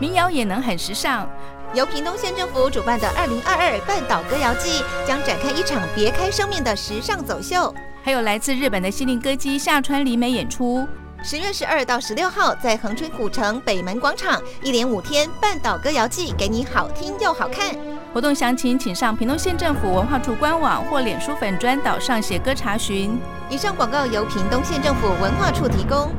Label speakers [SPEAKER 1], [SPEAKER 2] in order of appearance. [SPEAKER 1] 民谣也能很时尚。
[SPEAKER 2] 由屏东县政府主办的“二零二二半岛歌谣季”将展开一场别开生面的时尚走秀，
[SPEAKER 1] 还有来自日本的心灵歌姬下川里美演出。
[SPEAKER 2] 十月十二到十六号在恒春古城北门广场，一连五天《半岛歌谣季》给你好听又好看。
[SPEAKER 1] 活动详情请上屏东县政府文化处官网或脸书粉专岛上写歌查询。
[SPEAKER 2] 以上广告由屏东县政府文化处提供。